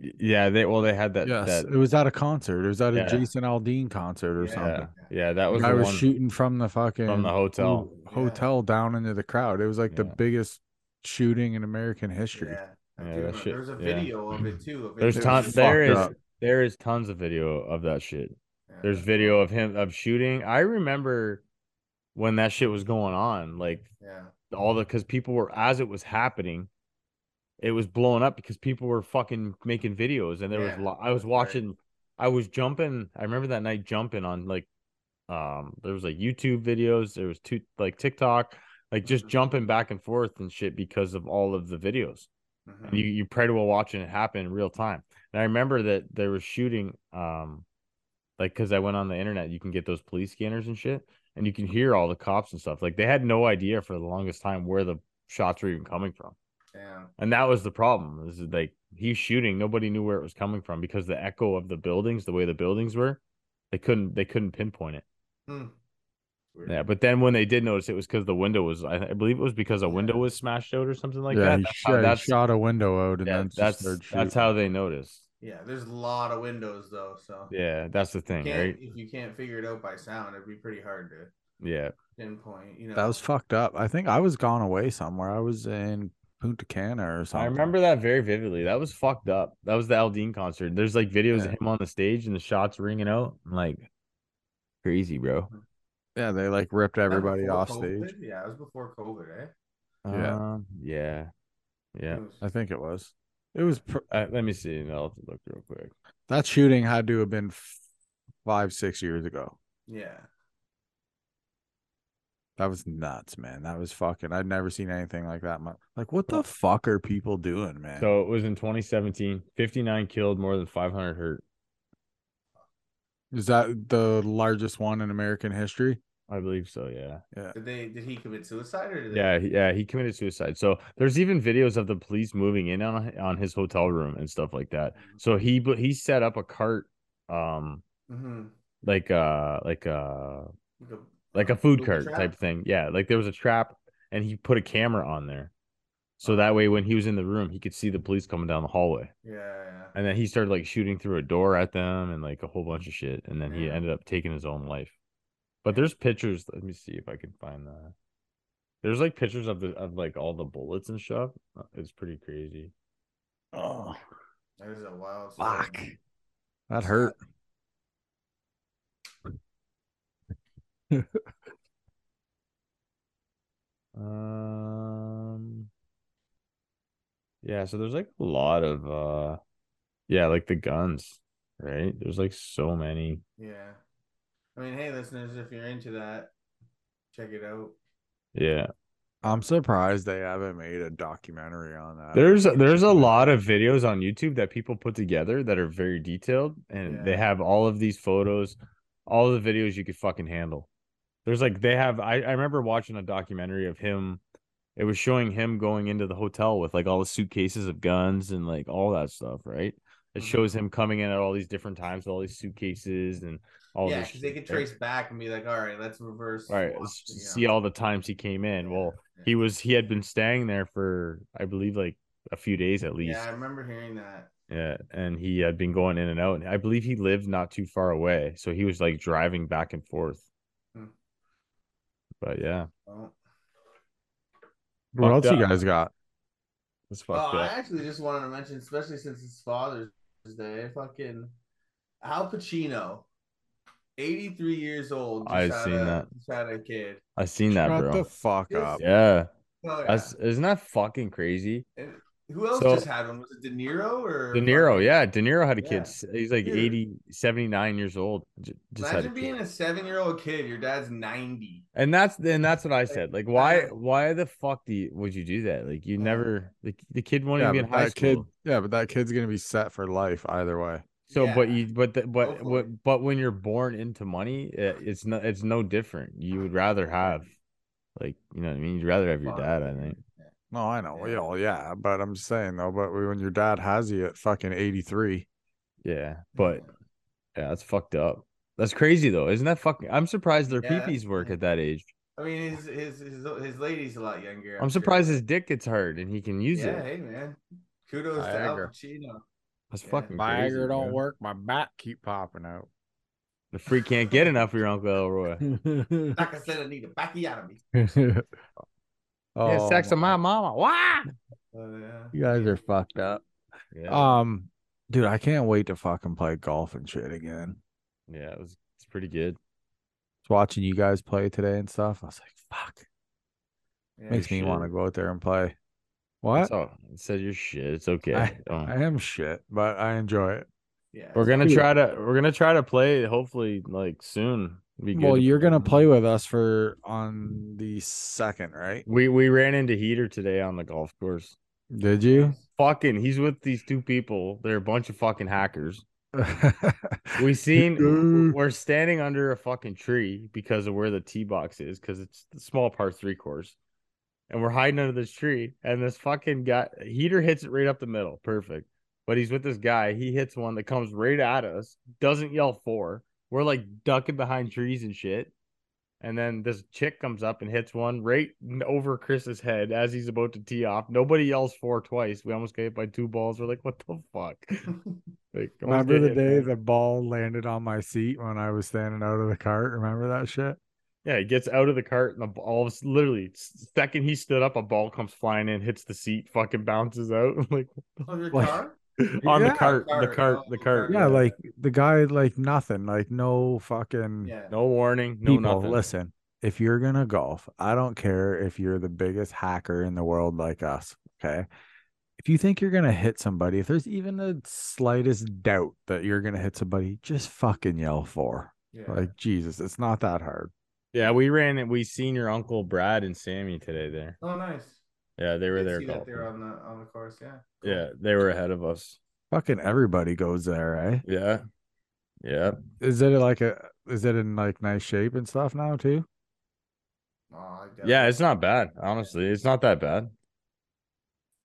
y- Yeah, they well they had that.
yes,
that-
it was at a concert. It was at a
Yeah.
Jason Aldean concert or
Yeah.
something.
yeah, that was
I
the
was
one
shooting from the fucking
from the hotel.
ho- hotel down into the crowd. It was like the biggest shooting in American history.
Yeah. I do
Yeah, that
remember.
shit-
There's a
yeah.
video of it too. Of it
There's
just-
tons.
fucked
There is
up.
there is tons of video of that shit. There's video of him of shooting. I remember when that shit was going on. Like
Yeah.
all the because people were as it was happening, it was blowing up because people were fucking making videos and there was
Yeah,
lo- I was
right.
watching. I was jumping. I remember that night jumping on like um there was like YouTube videos. There was two like TikTok. Like just jumping back and forth and shit because of all of the videos
Mm-hmm.
and you you pray to a watching it happen in real time. And I remember that they were shooting, um, like because I went on the internet, you can get those police scanners and shit, and you can hear all the cops and stuff. Like they had no idea for the longest time where the shots were even coming from,
Damn.
and that was the problem. Is that, like he's shooting, nobody knew where it was coming from because the echo of the buildings, the way the buildings were, they couldn't they couldn't pinpoint it.
Hmm.
Yeah, but then when they did notice, it was because the window was I, I believe it was because a window was smashed out or something like
yeah,
that.
he,
That's
sh-
how-
he
that's-
shot a window out and
yeah,
then just
that's
started
that's
shooting.
how they noticed.
Yeah, there's a lot of windows though, so
Yeah, that's the
you
thing,
can't-
right?
If you can't figure it out by sound, it'd be pretty hard to.
Yeah.
pinpoint. You know,
That was fucked up. I think I was gone away somewhere. I was in Punta Cana or something.
I remember that very vividly. That was fucked up. That was the Al Dean concert. There's like videos of
Yeah.
him on the stage and the shots ringing out. I'm like, crazy, bro.
Yeah, they like ripped
That
everybody
before
off
COVID?
stage.
Yeah, it was before COVID, eh?
Yeah.
Um, yeah. Yeah.
I think it was.
It was. Pr- uh, let me see. I'll have to look real quick.
That shooting had to have been f- five, six years ago.
Yeah.
That was nuts, man. That was fucking. I'd never seen anything like that. mu- Like, what the fuck are people doing, man?
So it was in 2017. 59 killed, more than 500 hurt.
Is that the largest one in American history?
I believe so. Yeah.
Yeah.
Did they? Did he commit suicide or did they?
Yeah, he- yeah, he committed suicide. So there's even videos of the police moving in on on his hotel room and stuff like that. So he bu- he set up a cart, um,
Mm-hmm.
like uh like uh
Like a-
like a food
Food
cart
trap?
type thing. Yeah, like there was a trap, and he put a camera on there, so that way when he was in the room, he could see the police coming down the hallway.
Yeah, yeah.
And then he started like shooting through a door at them and like a whole bunch of shit. And then he ended up taking his own life. But there's pictures. Let me see if I can find that. There's like pictures of the of like all the bullets and stuff. Uh, It's pretty crazy.
Oh,
That is a wild.
Fuck.
story.
that hurt.
Um. Yeah, so there's like a lot of uh yeah, like the guns, right? There's like so many.
Yeah. I mean, hey, listeners, if you're into that, check it out.
Yeah.
I'm surprised they haven't made a documentary on that.
There's there's a lot of videos on YouTube that people put together that are very detailed and they
Yeah.
have all of these photos, all the videos you could fucking handle. There's like they have I, I remember watching a documentary of him. It was showing him going into the hotel with like all the suitcases of guns and like all that stuff, right? It
Mhm.
shows him coming in at all these different times with all these suitcases and all
yeah,
this
because they
shit,
could
right?
trace back and be like, all right, let's reverse.
All right,
swap,
let's
you know.
see all the times he came in. Well,
yeah.
he was he had been staying there for I believe like a few days at least.
Yeah, I remember hearing that.
Yeah, and he had been going in and out. And I believe he lived not too far away, so he was like driving back and forth.
Hmm.
But yeah,
Oh,
What else
fucked
you
up.
guys got?
it's
oh
fucked
I
up.
actually just wanted to mention, especially since it's Father's Day, fucking Al Pacino, 83 years old. just
I've
had
seen
a,
that.
Just had a kid.
I, seen that,
Shut
bro.
the fuck
It's-
up.
yeah,
Oh, yeah.
That's, isn't that fucking crazy?
And who else
So-
just had one? Was it De Niro or
De Niro, yeah, De Niro had a
Yeah.
kid. s- He's like
Dude.
80, 79 years old. J- Just had a
Imagine
kid.
being a seven-year-old kid. Your dad's 90.
And that's and that's what I said. Like, why
uh,
why the fuck do you, would you do that? Like, you
Yeah.
never the, the kid won't
Yeah,
even be in
but
high
that kid.
school.
Yeah, but that kid's gonna be set for life either way.
So, but
Yeah.
you, but the,
Go
but
for
what, but when you're born into money, it, it's no, it's no different. You would rather have, like, you know what I mean. You'd rather have your
Father.
dad. I think.
No, I know.
Yeah.
Yeah, well, yeah, but I'm just saying though. But when your dad has you at fucking 83,
Yeah, but yeah, that's fucked up. That's crazy though, isn't that fucking? I'm surprised their
Yeah,
pee
that's-
peepees work at that age.
I mean, his his his, his lady's a lot younger.
I'm
sure.
surprised his dick gets hard and he can use
yeah,
it.
hey man, kudos to Al
Viagra.
Pacino.
That's
yeah.
fucking
my
crazy.
anger
bro.
don't work. My back keep popping out.
The free can't get enough of your uncle Elroy.
Like I said, I need a backy out of me.
oh,
yeah, sex with my mama. Why?
Oh, yeah.
you guys are fucked up.
Yeah,
Um, dude, I can't wait to fucking play golf and shit again.
yeah, it was. It's pretty good.
Just watching you guys play today and stuff, I was like, fuck,
Yeah,
makes me
shit.
want to go out there and play. What?
It's all- it said your shit. It's okay. Don't-
I am shit, but I enjoy it.
yeah.
We're gonna
Yeah.
try to we're gonna try to play hopefully like soon. Be good
Well,
to
you're
play.
gonna play with us for on the second, right?
We we ran into Heater today on the golf course.
Did you?
Fucking, he's with these two people. They're a bunch of fucking hackers. We seen
<laughs> Dude.
we're standing under a fucking tree because of where the tee box is because it's the small par three course, and we're hiding under this tree. And this fucking guy Heater hits it right up the middle, perfect. But he's with this guy. He hits one that comes right at us. Doesn't yell four. We're like ducking behind trees and shit. And then this chick comes up and hits one right n- over Chris's head as he's about to tee off. Nobody yells four twice. We almost get hit by two balls. We're like, what the
<laughs>
fuck? Like,
<laughs>
almost
Remember
get
the
hit
day
by-
the ball landed on my seat when I was standing out of the cart? Remember that shit?
Yeah, he gets out of the cart and the ball is literally second he stood up, a ball comes flying in, hits the seat, fucking bounces out. <laughs> like
on Oh, your
Like-
car?
on
Yeah.
the cart, the cart, the cart.
Yeah, like the guy, like nothing, like no fucking
Yeah.
no warning, no
people.
nothing.
Listen, if you're gonna golf, I don't care if you're the biggest hacker in the world like us. Okay. If you think you're gonna hit somebody, if there's even the slightest doubt that you're gonna hit somebody, just fucking yell for.
Yeah.
Like Jesus, it's not that hard.
Yeah, we ran it. We seen your uncle Brad and Sammy today there.
oh, nice.
Yeah, they were
Did
there.
See that uh, they're
golfing.
on the on the course. Yeah.
Yeah, they were ahead of us.
Fucking everybody goes there, eh?
Yeah. Yeah.
Is it like a is it in like nice shape and stuff now too?
Oh, I doubt
Yeah,
it.
it's not bad. Honestly, it's not that bad.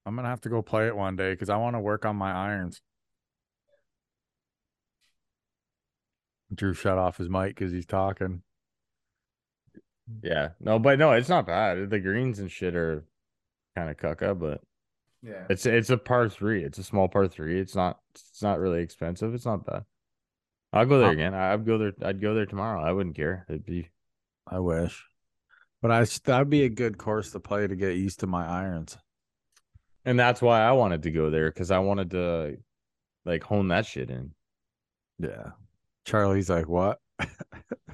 I'm gonna have to go play it one day because I want to work on my irons. Drew shut off his mic because he's talking.
Yeah. No, but no, it's not bad. The greens and shit are kind of cucka, but
Yeah.
<laughs> it's it's a par three. It's a small par three. It's not it's not really expensive. It's not bad. I'll go there
Huh.
again. I- I'd go there. I'd go there tomorrow. I wouldn't care. It'd be
I wish, but I s- that'd be a good course to play to get used to my irons.
and that's why I wanted to go there because I wanted to like hone that shit in.
Yeah, Charlie's like, what?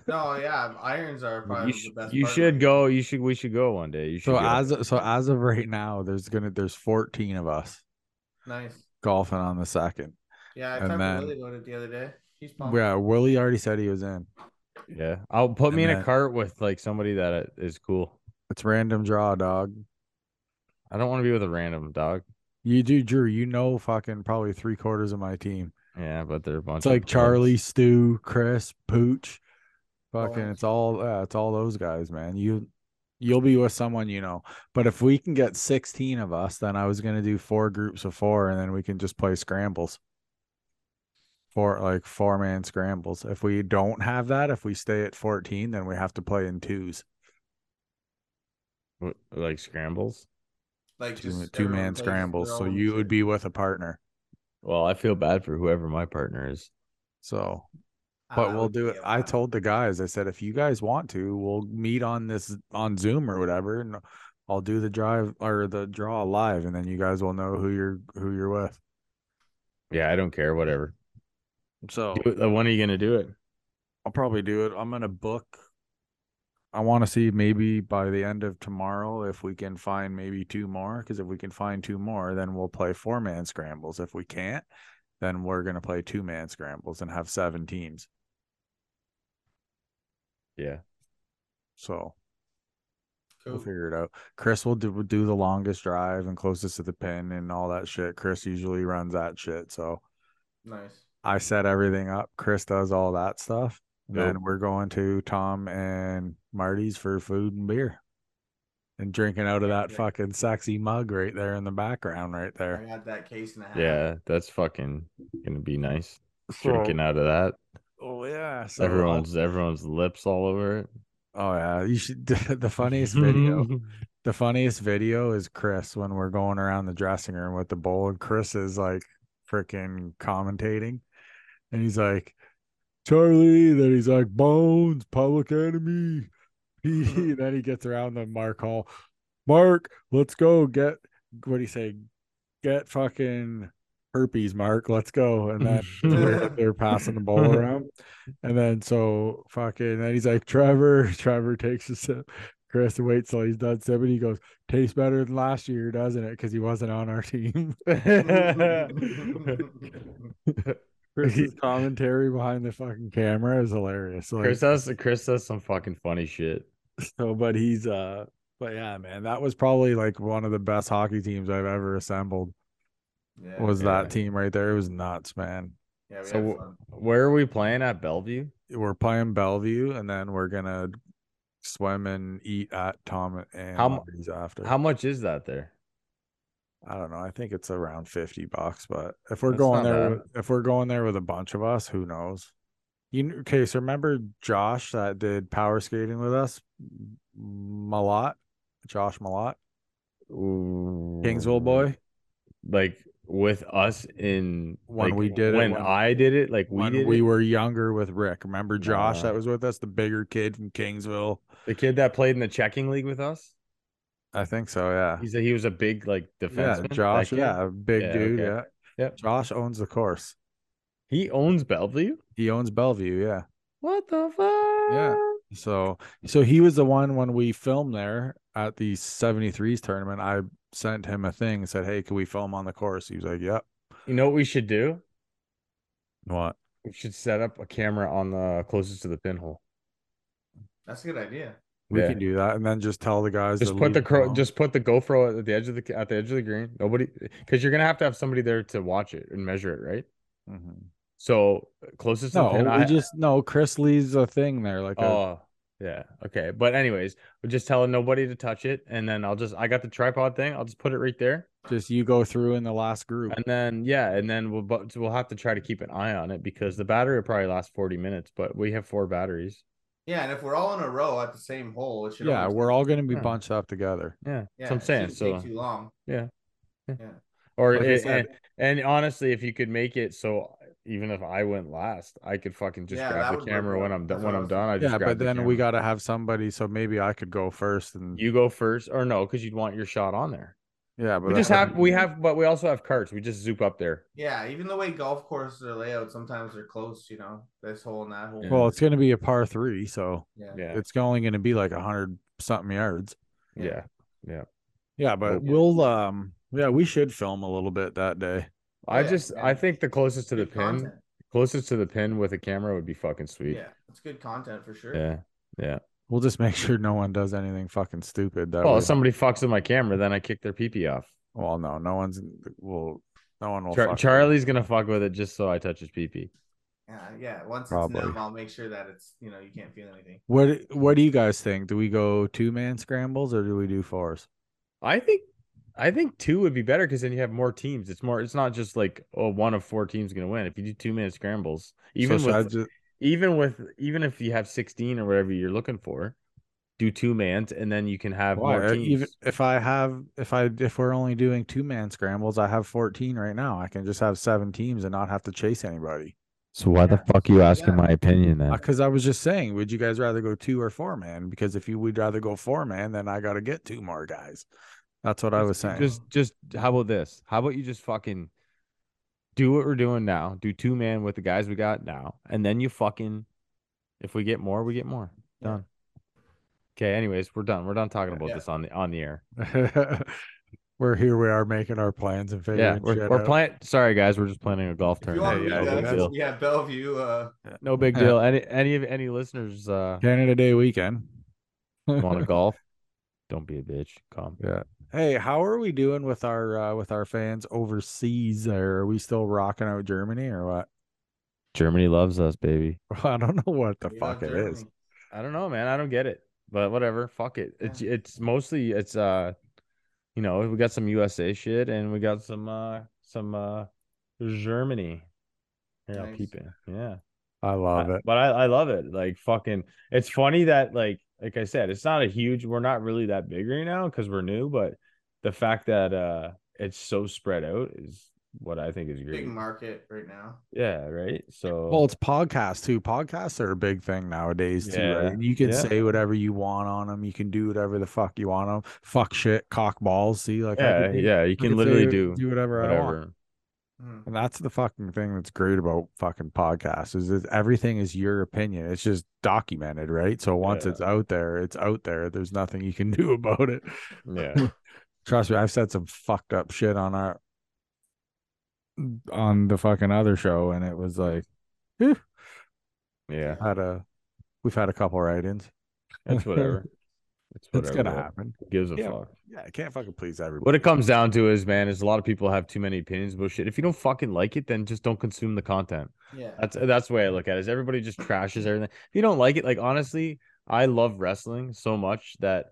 No, yeah. Irons are probably
You, sh-
the best.
you
part
should
right
go. You should. We should go one day. You should.
So
go.
as of- so as of right now, there's gonna there's 14 of us
now. Nice.
golfing on the second.
Yeah, I
And
talked
then-
to Willie about it the other day. He's pumped.
Yeah, Willie already said he was in.
yeah, I'll put me in
And
a
that-
cart with like somebody that is cool.
It's random draw, dog.
I don't want to be with a random dog.
You do, Drew. You know, fucking probably three quarters of my team.
Yeah, but they're a bunch.
It's like
of
Charlie,
blokes.
Stu, Chris, Pooch. Fucking,
Bones.
it's all yeah, it's all those guys, man. You you'll be with someone you know. But if we can get sixteen of us, then I was gonna do four groups of four, and then we can just play scrambles. Four like four man scrambles. If we don't have that, if we stay at fourteen, then we have to play in twos,
W- like scrambles.
Like
two,
just
two
everyone
man
plays
scrambles.
their
So
own
you
shit.
would be with a partner.
Well, I feel bad for whoever my partner is.
So
Ah,
but
that
we'll
would
do
be
it.
a
I
lot.
told the guys, I said, if you guys want to, we'll meet on this on Zoom or whatever, and I'll do the drive or the draw live, and then you guys will know who you're who you're with.
Yeah, I don't care. Whatever.
So
Do it- like, When are you gonna do it?
I'll probably do it. I'm gonna book. I want to see maybe by the end of tomorrow if we can find maybe two more. Because if we can find two more, then we'll play four man scrambles. If we can't, then we're gonna play two man scrambles and have seven teams.
Yeah.
So We'll
Cool.
figure it out. Chris will do, will do the longest drive and closest to the pin and all that shit. Chris usually runs that shit. So
Nice.
I set everything up. Chris does all that stuff. And
Dope.
Then we're going to Tom and Marty's for food and beer and drinking out of that
Yeah.
fucking sexy mug right there in the background, right
I
there.
had that case in the house. <laughs>
Yeah, <laughs> that's fucking gonna be nice.
So-
Drinking out of that.
oh, yeah. So
Everyone's everyone's lips all over it.
Oh, yeah. You should. <laughs> The
<laughs>
funniest video. The funniest video is Chris when we're going around the dressing room with the bowl, and Chris is like freaking commentating, and he's like, Charlie, then he's like, Bones, Public Enemy. <laughs> He, and then he gets around the Mark Hall. Mark, let's go get what do you say? Get fucking herpes, Mark. Let's go. And then they're, they're passing the ball around. And then so fucking then he's like, Trevor, <laughs> Trevor takes a sip. Chris waits till he's done sipping. He goes, tastes better than last year, doesn't it? Because he wasn't on our <laughs>
<laughs>
team.
<laughs>
Chris's commentary behind the fucking camera is hilarious. Like,
Chris does Chris does some fucking funny shit.
so, but he's uh, but yeah, man, that was probably like one of the best hockey teams I've ever assembled.
Yeah.
Was
Yeah.
that team right there? It was nuts, man.
Yeah, we
so
had
w-
fun.
Where are we playing at Bellevue?
We're playing Bellevue, and then we're gonna swim and eat at Tom and
How mu-
Marty's after.
How much is that there?
I don't know. I think it's around fifty bucks, but if we're
That's
going
not
there,
bad.
with, if we're going there with a bunch of us, who knows? You kn- okay? So remember Josh that did power skating with us, Malott, Josh Malott, Kingsville
Ooh.
boy.
Like with us in
When
like,
we did it,
when
when-
I did it, like we
when
did
we
it.
were younger with Rick. Remember Josh
Uh,
that was with us, the bigger kid from Kingsville?
the kid that played in the checking league with us.
I think so. Yeah.
He said he was a big like
Yeah.
defenseman.
Josh.
that kid?
Yeah. a Big
Yeah,
dude.
okay.
Yeah.
Yep.
Josh owns the course.
He owns Bellevue.
He owns Bellevue. Yeah.
What the fuck?
Yeah. So, so he was the one when we filmed there at the 73s tournament. I sent him a thing and said, Hey, can we film on the course? He was like, Yep.
You know what we should do?
What?
We should set up a camera on the closest to the pinhole.
That's a good idea.
We
Yeah.
can do that. And then just tell the guys,
Just
to
put
leave
the
it
crow.
alone.
Just put the GoPro at the edge of the at the edge of the green. Nobody, because you're gonna have to have somebody there to watch it and measure it, right?
Mhm.
So closest. to
no,
the pin,
we
I-
just, no, Chris leaves a thing there. Like, a-
Oh, yeah. Okay. But anyways, we're just telling nobody to touch it, and then I'll just I got the tripod thing. I'll just put it right there,
just you go through in the last group.
and then yeah, and then we'll but we'll have to try to keep an eye on it because the battery will probably last forty minutes, but we have four batteries.
Yeah, and if we're all in a row at the same hole, it should.
yeah.
always-
We're all going to be
Yeah.
bunched up together.
Yeah,
yeah,
that's what I'm
it
saying.
shouldn't take
So
too long.
yeah,
Yeah.
or
Like I
it-
said-
and, and honestly, if you could make it so even if I went last, I could fucking just
Yeah, that
grab
would
the
work
camera when
well.
I'm
That's
done.
what
When
I
I'm
was
done, I just
Yeah.
grab
But
the
then we
camera.
got to have somebody. So maybe I could go first. And
you go first, or no, because you'd want your shot on there.
yeah, but
we
that
just
wouldn't
have we
be-
have, but we also have carts. We just zoop up there.
Yeah, even the way golf courses are laid out, sometimes they're close. You know, this hole and that hole.
Well, it's going to be a par three, so
yeah.
Yeah.
it's only going to be like a hundred something yards.
Yeah. Yeah.
Yeah, but
Oh, yeah.
we'll um, yeah, we should film a little bit that day.
I
Yeah,
just I
and
think the closest to the
good
pin,
content.
closest to the pin with a camera would be fucking sweet.
Yeah, it's good content for sure.
Yeah. Yeah.
We'll just make sure no one does anything fucking stupid. That
Well,
way-
if somebody fucks with my camera, then I kick their pee off.
well, no, no one's will, no one will.
Char-
fuck
Charlie's gonna fuck with it just so I touch his pee pee.
Yeah, yeah. Once
Probably.
it's numb, I'll make sure that it's you know you can't feel anything.
What What do you guys think? Do we go two man scrambles or do we do fours?
I think I think two would be better because then you have more teams. It's more. It's not just like oh one of four teams gonna win. If you do two minute scrambles, even
so should I
with
ju-
even with even if you have sixteen or whatever you're looking for, do two mans and then you can have
Why?
more
Uh,
teams.
even if I have if I if we're only doing two man scrambles, I have fourteen right now. I can just have seven teams and not have to chase anybody.
so why
the
fuck are you
asking
my opinion then?
Because Uh, I was just saying, would you guys rather go two or four man? Because if you would rather go four man, then I got to get two more guys. That's what I was saying.
Just, just how about this? How about you just fucking do what we're doing now? Do two man with the guys we got now, and then you fucking, if we get more, we get more.
Yeah.
Done. Okay. Anyways, we're done. We're done talking about
Yeah.
this on the on the air.
<laughs> we're here. We are making our plans and figuring
Yeah, we're,
shit
we're
out.
playing. Sorry, guys, we're just planning a golf
If you want
yeah,
me to,
tournament.
yeah,
no, big
that's-
deal.
we have Bellevue. Uh,
no
<laughs>
big deal. Any any of any listeners uh,
Canada Day weekend. <laughs>
want to golf? Don't be a bitch. Come.
Yeah. Hey, how are we doing with our uh, with our fans overseas? There, are we still rocking out Germany or what? <laughs>
Germany loves us, baby.
I don't know what the
you know,
fuck it is.
Germany.
I don't know, man. I don't get it, but whatever. Fuck it. It's it's mostly it's uh, you know, we got some USA shit and we got some uh some uh Germany. Here, I'll
Nice.
peep it. Yeah,
I love
I-
it.
But I I love it. Like fucking, it's funny that like like I said, it's not a huge. We're not really that big right now because we're new, but the fact that uh it's so spread out is what I think is great.
Big market right now.
Yeah, right. So
Well, it's podcasts too. Podcasts are a big thing nowadays too.
Yeah.
Right? And you can
Yeah.
say whatever you want on them. You can do whatever the fuck you want on them. Fuck shit, cock balls. See, like I
yeah,
could do-
yeah, you
I
can
could
literally
say-
do
do whatever, I want.
whatever.
Mhm.
And that's the fucking thing that's great about fucking podcasts is that everything is your opinion. It's just documented, right? So once
Yeah.
it's out there, it's out there. There's nothing you can <laughs> do about it.
Yeah.
<laughs> Trust me, I've said some fucked up shit on our on the fucking other show, and it was like
Yeah,
had a we've had a couple write-ins.
that's whatever. It's
It's
whatever.
gonna
what-
happen.
who Gives a
Yeah.
fuck.
Yeah, I can't fucking please everybody.
What it comes down to is, man, is a lot of people have too many opinions about shit. If you don't fucking like it, then just don't consume the content.
Yeah.
That's that's the way I look at it. Is everybody just trashes everything? If you don't like it, like honestly, I love wrestling so much that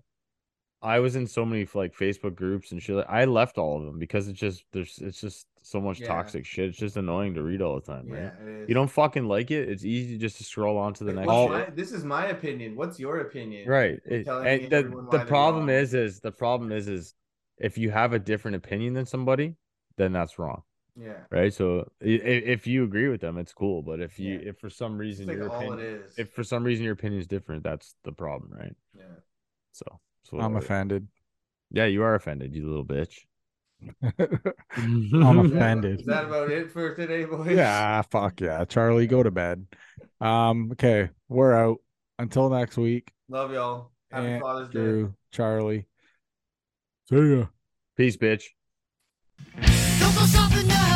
I was in so many like Facebook groups and shit. Like, I left all of them because it's just there's it's just so much
Yeah.
toxic shit. It's just annoying to read all the time,
Yeah,
right?
it is.
You don't fucking like it. It's easy just to scroll on to the
Like,
next.
what's
shit.
my- this is my opinion. What's your opinion?
right
You're
it-
telling me
and the,
everyone why
the
they're
problem
wrong.
is is the problem is is if you have a different opinion than somebody then that's wrong.
Yeah.
Right. So i- i- if you agree with them, it's cool. But if you, if for some reason
like
your
all it
opinion,
is.
if for some reason your opinion is different, that's the problem, right?
Yeah.
So, so
I'm
whatever.
offended.
Yeah, you are offended, you little bitch.
<laughs>
<laughs>
I'm offended.
Is that about it for today, boys?
Yeah, fuck yeah. Charlie, go to bed. Um, okay, we're out. Until next week.
Love y'all. Happy
Ant,
Father's Day.
Drew, Charlie. See ya.
Peace, bitch.
Don't go stopping now.